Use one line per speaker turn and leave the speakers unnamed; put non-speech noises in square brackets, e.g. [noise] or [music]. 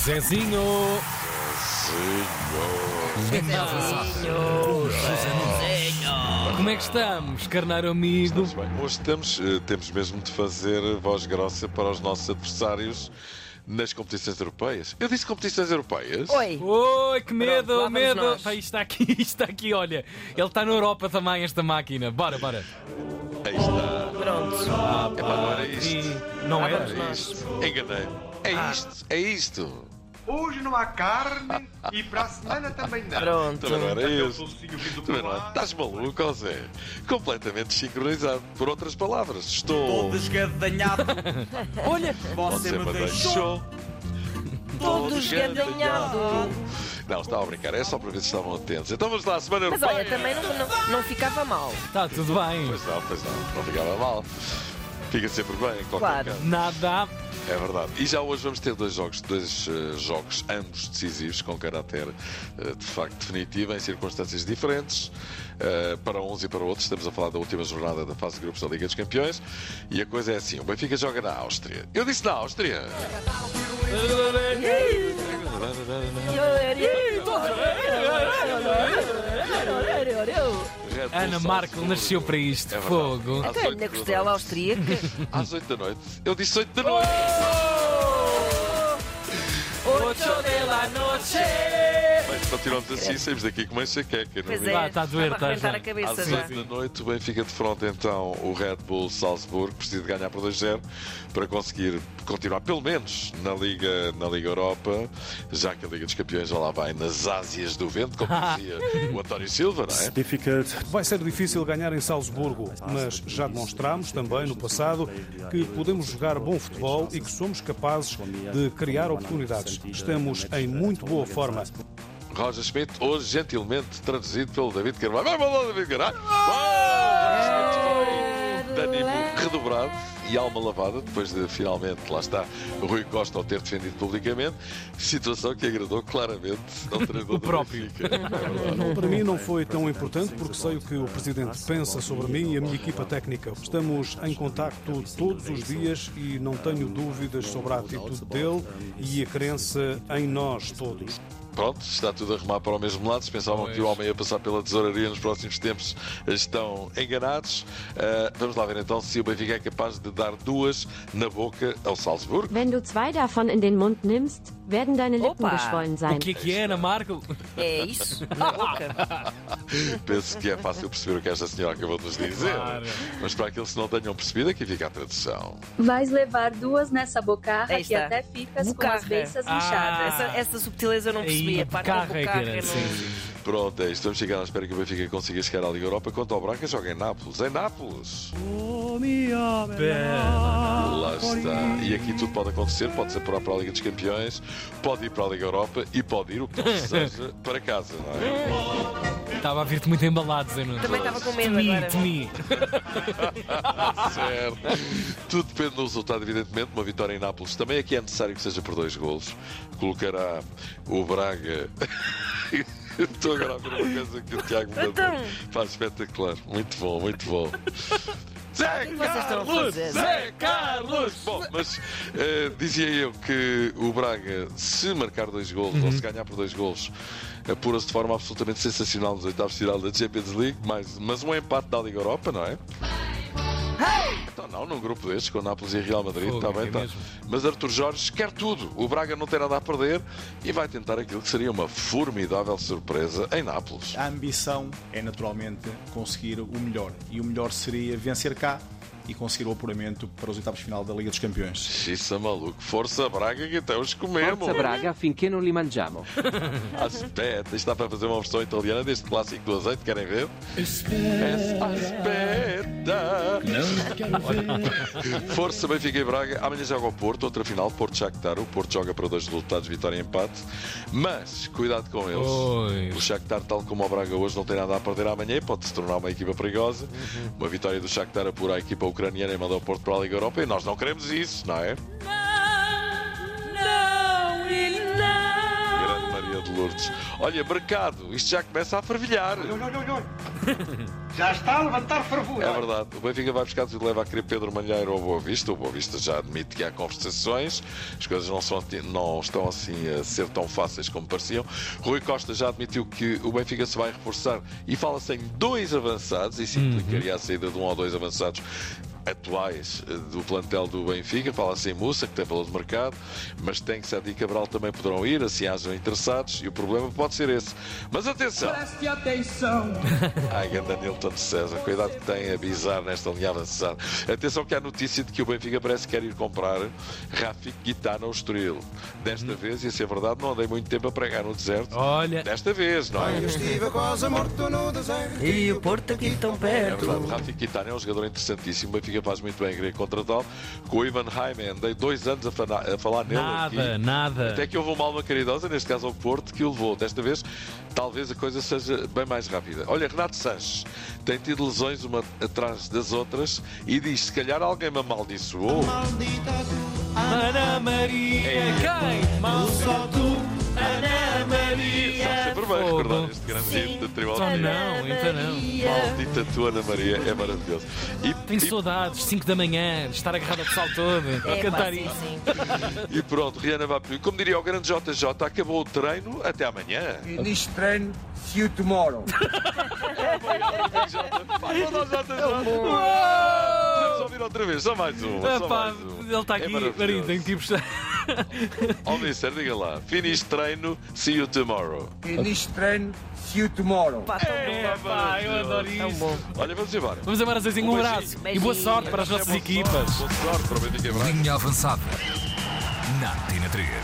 Zezinho! Como é que estamos, carneiro amigo?
Muito bem. Hoje temos, eh, temos mesmo de fazer voz grossa para os nossos adversários nas competições europeias. Eu disse competições europeias?
Oi.
Oi, que medo,
Pronto, lá vamos
medo!
nós.
Pá, isto está aqui, [laughs] isto está aqui, olha. Ele está na Europa também, esta máquina. Bora, bora.
Aí está.
Pronto.
Epá, não era isto.
E não era?
Era isto. Enganei. É isto. É isto.
Hoje não há carne e pra semana também não.
Pronto.
Também não é era
Cadê o
isto.
focinho vindo
Também
pro
não. é.
ar?
Estás maluco, ó Zé? Completamente sincronizado. Por outras palavras, estou.
Estou desgadanhado.
[laughs] Olha,
Você me deixou
todo esgadanhado.
Não, estava a brincar. É só para ver se estavam atentos. Então vamos lá, Semana
Mas
Europeia.
olha, também não, não, não ficava mal.
Está Tá tudo bem.
Pois não, pois não. Não ficava mal. Fica sempre bem, em qualquer
Claro.
caso.
Nada.
É verdade. E já hoje vamos ter dois jogos, dois eh, jogos, ambos decisivos, com caráter eh, de facto definitivo, em circunstâncias diferentes, eh, para uns e para outros. Estamos a falar da última jornada da fase de grupos da Liga dos Campeões. E a coisa é assim: o Benfica joga na Áustria. Eu disse na Áustria! Red Bull
Ana
Salzburgo.
Markel nasceu para isto.
É verdade.
Fogo.
Às oito
Ganha
da
costela
noite.
austríaca.
Às 8 da noite. Eu disse 8 da noite! Mas continuamos assim, saímos daqui com uma enxaqueca, não
Pois
é?
é,
Tá, tá a doer,
estava
tá,
a arrebentar
já.
a cabeça é?
Às
já.
8 da noite, o Benfica defronta então o Red Bull Salzburgo, precisa de ganhar por 2-0 para conseguir continuar pelo menos na Liga, na Liga Europa, já que a Liga dos Campeões já lá vai nas Ásias do Vento, como dizia o António Silva, não é?
Vai ser difícil ganhar em Salzburgo, mas já demonstramos também no passado que podemos jogar bom futebol e que somos capazes de criar oportunidades. Estamos em muito boa forma.
Roger Schmidt, hoje gentilmente traduzido pelo David Carvalho. Vai, vai lá, David Carvalho! De ânimo redobrado e alma lavada, depois de finalmente, lá está, Rui Costa ao ter defendido publicamente, situação que agradou claramente ao treinador
O próprio.
do Benfica. É verdade.
Para mim não foi tão importante porque sei o que o presidente pensa sobre mim e a minha equipa técnica. Estamos em contacto todos os dias e não tenho dúvidas sobre a atitude dele e a crença em nós todos.
Pronto, está tudo a remar para o mesmo lado. Se pensavam que o homem ia passar pela tesouraria nos próximos tempos, estão enganados. Ah, vamos lá ver então se o Benfica é capaz de dar duas na boca ao Salzburgo.
Wenn du zwei davon in den Mund nimmst, werden deine Lippen
Opa.
geschwollen
O
sein.
que é que é, Ana Marco?
É isso?
[laughs]
Na boca.
Penso que é fácil perceber o que esta senhora acabou de nos dizer. Mas para aqueles que não tenham percebido, aqui fica a tradução.
Vais levar duas nessa bocarra
Aí
que
está.
até ficas com as
Bocarra.
beiças
Ah.
inchadas.
Essa, é essa subtileza eu não
Aí,
percebi. A parte da boca
é que era.
eu
Sim,
não...
sim.
Pronto, é isto. Vamos chegar à espera que o Benfica consiga chegar à Liga Europa. Quanto ao Braga, joga em Nápoles. Em Nápoles!
Ah,
Lá está. E aqui tudo pode acontecer. Pode ser para a Liga dos Campeões, pode ir para a Liga Europa e pode ir o que seja para casa, não é?
Estava a vir-te muito embalado, Zé Nunes.
Também estava com medo
Temi,
agora.
temi.
Certo. Tudo depende do resultado, evidentemente. Uma vitória em Nápoles também aqui é necessário que seja por dois golos. Colocará o Braga. [laughs] Estou agora a ver uma coisa que o Tiago me
Então.
mandou. Pá, espetacular. Muito bom, muito bom. Zé
que vocês estão a
Carlos!
fazer?
Zé Carlos! Bom, mas eh, dizia eu que o Braga, se marcar dois golos
Uhum.
ou se ganhar por dois golos, apura-se de forma absolutamente sensacional nos oitavos de final da Champions League, mas, mas um empate da Liga Europa, não é? Então não, num grupo destes, com Nápoles e Real Madrid,
Fogo,
está bem,
é
tá.
mesmo.
Mas Arthur Jorge quer tudo. O Braga não tem nada a perder e vai tentar aquilo que seria uma formidável surpresa em Nápoles.
Ah.
A ambição é naturalmente conseguir o melhor. E o melhor seria vencer cá e conseguir o apuramento para os oitavos de final da Liga dos Campeões.
Xissa maluco, força Braga que até os comemos.
Forza Braga finché non li mangiamo.
Aspetta, é, está para fazer uma versão italiana deste clássico do azeite, querem ver? Es- Aspetta! [laughs] Força Benfica e Braga, amanhã joga o Porto, outra final, Porto Shakhtar. O Porto joga para dois resultados, vitória e empate. Mas, cuidado com eles.
Pois.
O Shakhtar, tal como o Braga hoje, não tem nada a perder amanhã e pode se tornar uma equipa perigosa. Uma vitória do Shakhtar apura a equipa ucraniana e manda o Porto para a Liga Europa e nós não queremos isso, não é? Grande Maria de Lourdes. certos. Olha, mercado, isto já começa a fervilhar.
Olha, olha, olha, olha. Já está a levantar fervura.
É verdade. O Benfica vai buscar e leva a querer Pedro Malheiro ao Boa Vista. O Boa Vista já admite que há conversações. As coisas não, são, não estão assim a ser tão fáceis como pareciam. Rui Costa já admitiu que o Benfica se vai reforçar e fala-se em dois avançados. Isso implicaria a saída de um ou dois avançados atuais eh, do plantel do Benfica, fala-se em Moussa, que tem valor de mercado, mas tem que Sadi e Cabral também poderão ir, assim hajam interessados, e o problema pode ser esse. Mas atenção!
Preste atenção.
Ai, ganda Nilton de César, cuidado que tem a bizar nesta linha avançada. Atenção que há notícia de que o Benfica parece que quer ir comprar Rafik Guitana ao Estoril. Desta vez, e se é verdade, não andei muito tempo a pregar no deserto.
Olha,
Desta vez, não é?
E o Porto aqui tão
É verdade, Rafi Kitane é um jogador interessantíssimo. O Benfica faz muito bem em querer contratá-lo. Com o Ivan Heimann, andei dois anos a, fana- a falar nele
nada,
aqui.
nada.
Até que houve uma alma caridosa, neste caso ao Porto, que o levou. Desta vez, talvez a coisa seja bem mais rápida. Olha, Renato Sanches tem tido lesões uma atrás das outras e diz: se calhar alguém me amaldiçoou.
Ana Maria, É, quem? Mal só tu, Ana
Está
Maria.
sempre bem
Fogo.
recordar este grande hino da Tribal
Então
Maria.
não, então não.
Maldita tua Ana Maria, é maravilhoso. E,
Tenho
e
saudades, 5 da manhã, de estar agarrado ao pessoal todo, a
É,
cantar
pá, sim,
isso.
sim.
E pronto, Rihanna vai pedir. Como diria o grande JJ, acabou o treino, até amanhã.
Neste treino, se o tomorrow.
[laughs] Vamos ouvir outra vez, só mais uma. Só
Epá,
mais uma.
ele está
É
aqui,
maravilhoso.
peraí, tenho que ir buscar.
Ó, mister, diga lá. Finish treino, see you tomorrow.
Neste treino, se o tomorrow.
Pá, tão bom.
É, pá, eu adoro
Tão
isso.
bom.
É um Olha, vamos embora.
Vamos embora, Zezinho, um
Um
abraço e boa
Beijinho.
sorte para as nossas equipas.
Boa sorte para o Benfica e Braga.
Linha avançada. Na Tina 3.